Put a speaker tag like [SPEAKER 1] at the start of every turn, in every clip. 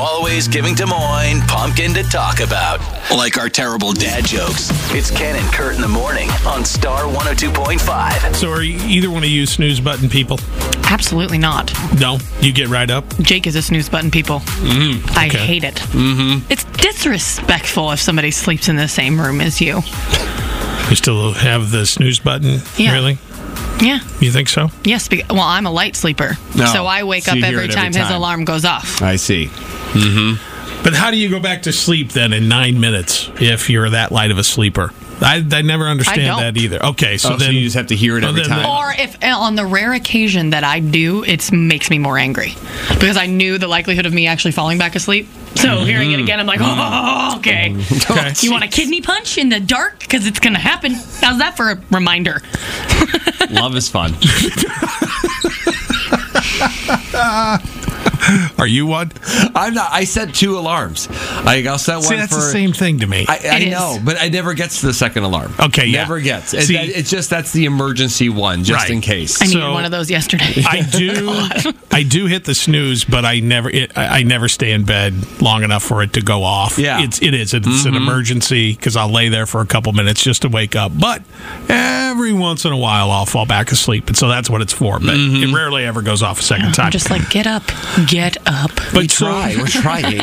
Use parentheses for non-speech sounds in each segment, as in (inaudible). [SPEAKER 1] always giving Des Moines pumpkin to talk about, like our terrible dad jokes. It's Ken and Kurt in the morning on Star 102.5.
[SPEAKER 2] So are either one of you snooze button people?
[SPEAKER 3] Absolutely not.
[SPEAKER 2] No, you get right up.
[SPEAKER 3] Jake is a snooze button, people. I
[SPEAKER 2] okay.
[SPEAKER 3] hate it. Mm-hmm. It's disrespectful if somebody sleeps in the same room as you.
[SPEAKER 2] You still have the snooze button?
[SPEAKER 3] Yeah.
[SPEAKER 2] Really?
[SPEAKER 3] Yeah.
[SPEAKER 2] You think so?
[SPEAKER 3] Yes. Be- well, I'm a light sleeper,
[SPEAKER 4] No.
[SPEAKER 3] so I wake
[SPEAKER 4] So
[SPEAKER 3] up
[SPEAKER 4] you hear
[SPEAKER 3] every
[SPEAKER 4] it every
[SPEAKER 3] time, his
[SPEAKER 4] time.
[SPEAKER 3] alarm goes off.
[SPEAKER 4] I see. Oh,
[SPEAKER 2] But how do you go back to sleep then in nine minutes if you're that light of a sleeper? I, I never understand
[SPEAKER 3] I don't.
[SPEAKER 2] that either. Okay, so
[SPEAKER 4] Oh,
[SPEAKER 2] then
[SPEAKER 4] so you just have to hear it
[SPEAKER 2] Oh,
[SPEAKER 4] every
[SPEAKER 2] then-
[SPEAKER 4] time.
[SPEAKER 3] Or if on the rare occasion that I do, it makes me more angry because I knew the likelihood of me actually falling back asleep. So
[SPEAKER 4] Mm-hmm.
[SPEAKER 3] hearing it again, I'm like, oh, okay.
[SPEAKER 2] Okay.
[SPEAKER 4] (laughs)
[SPEAKER 3] You want a kidney punch in the dark because it's going to happen. How's that for a reminder?
[SPEAKER 5] Love is fun.
[SPEAKER 2] (laughs) Are you one?
[SPEAKER 4] I'm not. I set two alarms. I, I'll set one
[SPEAKER 2] See, that's
[SPEAKER 4] for.
[SPEAKER 2] the same thing to me.
[SPEAKER 4] I, I
[SPEAKER 3] It is.
[SPEAKER 4] know, but I never gets to the second alarm.
[SPEAKER 2] Okay, yeah.
[SPEAKER 4] never gets. It-
[SPEAKER 2] See-
[SPEAKER 4] that- it's just that's the emergency one, just
[SPEAKER 2] Right.
[SPEAKER 4] in case.
[SPEAKER 3] I needed
[SPEAKER 2] So-
[SPEAKER 3] one of those yesterday.
[SPEAKER 2] I do. I do hit the snooze, but I never. It, I I never stay in bed long enough for it to go off.
[SPEAKER 4] Yeah.
[SPEAKER 2] it's it is. It's an emergency because I'll lay there for a couple minutes just to wake up. But every once in a while, I'll fall back asleep, and so that's what it's for. But it rarely ever goes off a second time.
[SPEAKER 3] I'm just like, get up, get up.
[SPEAKER 2] but
[SPEAKER 4] we
[SPEAKER 2] so-
[SPEAKER 3] (laughs)
[SPEAKER 4] try. We're trying.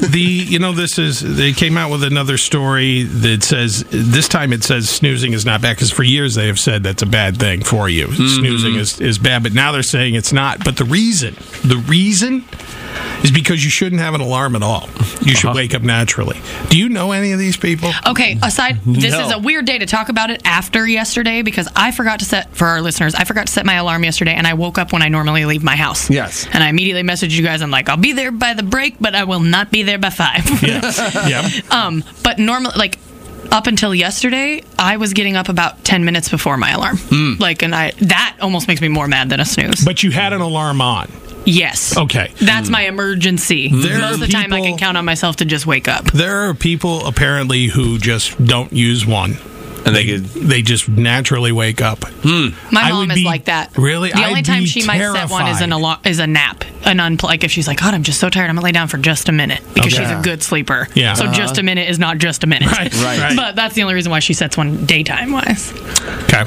[SPEAKER 2] the you know this is they came out with another story that says this time it says snoozing is not bad because for years they have said that's a bad thing for you snoozing is, is bad but now they're saying it's not but the reason the reason is because you shouldn't have an alarm at all you should wake up naturally do you know any of these people
[SPEAKER 3] Okay,
[SPEAKER 2] (laughs)
[SPEAKER 3] aside, this
[SPEAKER 4] No.
[SPEAKER 3] is a weird day to talk about it after yesterday because I forgot to set, for our listeners, I forgot to set my alarm yesterday and I woke up when I normally leave my house.
[SPEAKER 4] Yes.
[SPEAKER 3] And I immediately messaged you guys. I'm like, I'll be there by the break, but I will not be there by five. (laughs)
[SPEAKER 2] yeah yeah
[SPEAKER 3] um, but normally, like, up until yesterday, I was getting up about 10 minutes before my alarm.
[SPEAKER 2] Hmm.
[SPEAKER 3] Like, and I, that almost makes me more mad than a snooze.
[SPEAKER 2] but you had an alarm on
[SPEAKER 3] yes.
[SPEAKER 2] okay Hmm.
[SPEAKER 3] That's my emergency.
[SPEAKER 2] There
[SPEAKER 3] Most
[SPEAKER 2] are
[SPEAKER 3] of the time, I
[SPEAKER 2] people-
[SPEAKER 3] can count on myself to just wake up.
[SPEAKER 2] there are people apparently who just don't use one
[SPEAKER 4] And they could-
[SPEAKER 2] they just naturally wake up
[SPEAKER 3] My
[SPEAKER 2] I
[SPEAKER 3] mom
[SPEAKER 2] would
[SPEAKER 3] is
[SPEAKER 2] be-
[SPEAKER 3] like that.
[SPEAKER 2] really?
[SPEAKER 3] The only
[SPEAKER 2] I'd
[SPEAKER 3] time
[SPEAKER 2] be
[SPEAKER 3] she might set one is an
[SPEAKER 2] terrified.
[SPEAKER 3] alarm, is a nap, an unpl- like if she's like, God, I'm just so tired, I'm gonna lay down for just a minute because
[SPEAKER 2] Okay.
[SPEAKER 3] she's a good sleeper.
[SPEAKER 2] Yeah.
[SPEAKER 3] So
[SPEAKER 2] Uh-huh.
[SPEAKER 3] just a minute is not just a minute. (laughs)
[SPEAKER 2] right
[SPEAKER 4] Right.
[SPEAKER 3] But that's the only reason why she sets one daytime wise.
[SPEAKER 2] Okay.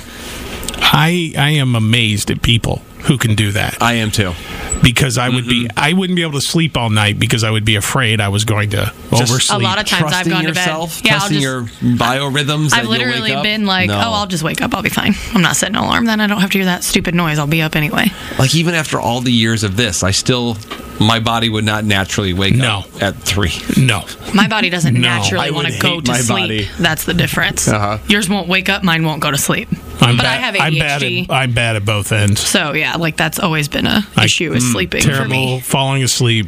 [SPEAKER 2] I I am amazed at people who can do that
[SPEAKER 4] I am too.
[SPEAKER 2] because I would
[SPEAKER 3] Mm-hmm.
[SPEAKER 2] be I wouldn't be able to sleep all night because I would be afraid I was going to oversleep.
[SPEAKER 3] A lot of times I've
[SPEAKER 4] trusting
[SPEAKER 3] gone
[SPEAKER 4] yourself,
[SPEAKER 3] to bed. Yeah, I'll
[SPEAKER 4] trusting
[SPEAKER 3] just.
[SPEAKER 4] your biorhythms. that
[SPEAKER 3] I've
[SPEAKER 4] you'll wake
[SPEAKER 3] literally
[SPEAKER 4] up.
[SPEAKER 3] been like,
[SPEAKER 4] No.
[SPEAKER 3] oh, I'll just wake up. I'll be fine. I'm not setting an alarm. Then I don't have to hear that stupid noise. I'll be up anyway.
[SPEAKER 4] like even after all the years of this, I still my body would not naturally wake
[SPEAKER 2] No.
[SPEAKER 4] up at three.
[SPEAKER 2] no.
[SPEAKER 3] My body doesn't
[SPEAKER 2] No, I
[SPEAKER 3] naturally want to
[SPEAKER 2] would
[SPEAKER 3] go
[SPEAKER 2] hate
[SPEAKER 3] to
[SPEAKER 4] my
[SPEAKER 3] sleep.
[SPEAKER 4] body.
[SPEAKER 3] That's the difference.
[SPEAKER 4] Uh-huh.
[SPEAKER 3] Yours won't wake up. Mine won't go to sleep.
[SPEAKER 2] I'm
[SPEAKER 3] (laughs) but
[SPEAKER 2] bad,
[SPEAKER 3] I have
[SPEAKER 2] I'm bad
[SPEAKER 3] ADHD.
[SPEAKER 2] at I'm bad at both ends.
[SPEAKER 3] So yeah, like that's always been a
[SPEAKER 2] I- mm,
[SPEAKER 3] issue is sleeping for
[SPEAKER 2] Terrible
[SPEAKER 3] me.
[SPEAKER 2] falling asleep,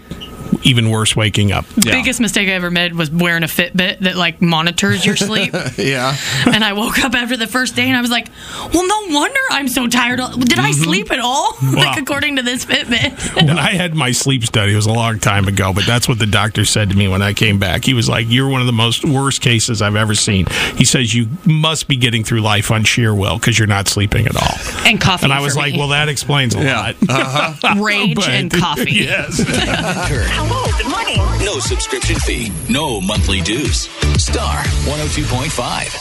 [SPEAKER 2] even worse waking
[SPEAKER 3] (laughs)
[SPEAKER 2] up.
[SPEAKER 4] Yeah.
[SPEAKER 3] Biggest mistake I ever made was wearing a Fitbit that like monitors your
[SPEAKER 2] (laughs)
[SPEAKER 3] sleep.
[SPEAKER 4] Yeah.
[SPEAKER 3] and I woke up after the first day and I was like, "Well, no wonder I'm so tired. Did I sleep at all?"
[SPEAKER 2] Mm-hmm.
[SPEAKER 3] (laughs)
[SPEAKER 2] Wow.
[SPEAKER 3] like according to this Fitbit.
[SPEAKER 2] When I had my sleep study, it was a long time ago, but that's what the doctor said to me when I came back. He was like, "You're one of the most worst cases I've ever seen." He says you must be getting through life on sheer will because you're not sleeping at all.
[SPEAKER 3] And coffee.
[SPEAKER 2] And I was
[SPEAKER 3] for
[SPEAKER 2] like,
[SPEAKER 3] me.
[SPEAKER 2] well,
[SPEAKER 3] Uh-huh.
[SPEAKER 2] that explains a
[SPEAKER 4] Yeah.
[SPEAKER 2] lot.
[SPEAKER 3] rage
[SPEAKER 2] but- (laughs)
[SPEAKER 3] and coffee.
[SPEAKER 2] yes.
[SPEAKER 6] Good morning.
[SPEAKER 1] No subscription fee, no monthly dues. Star 102.5.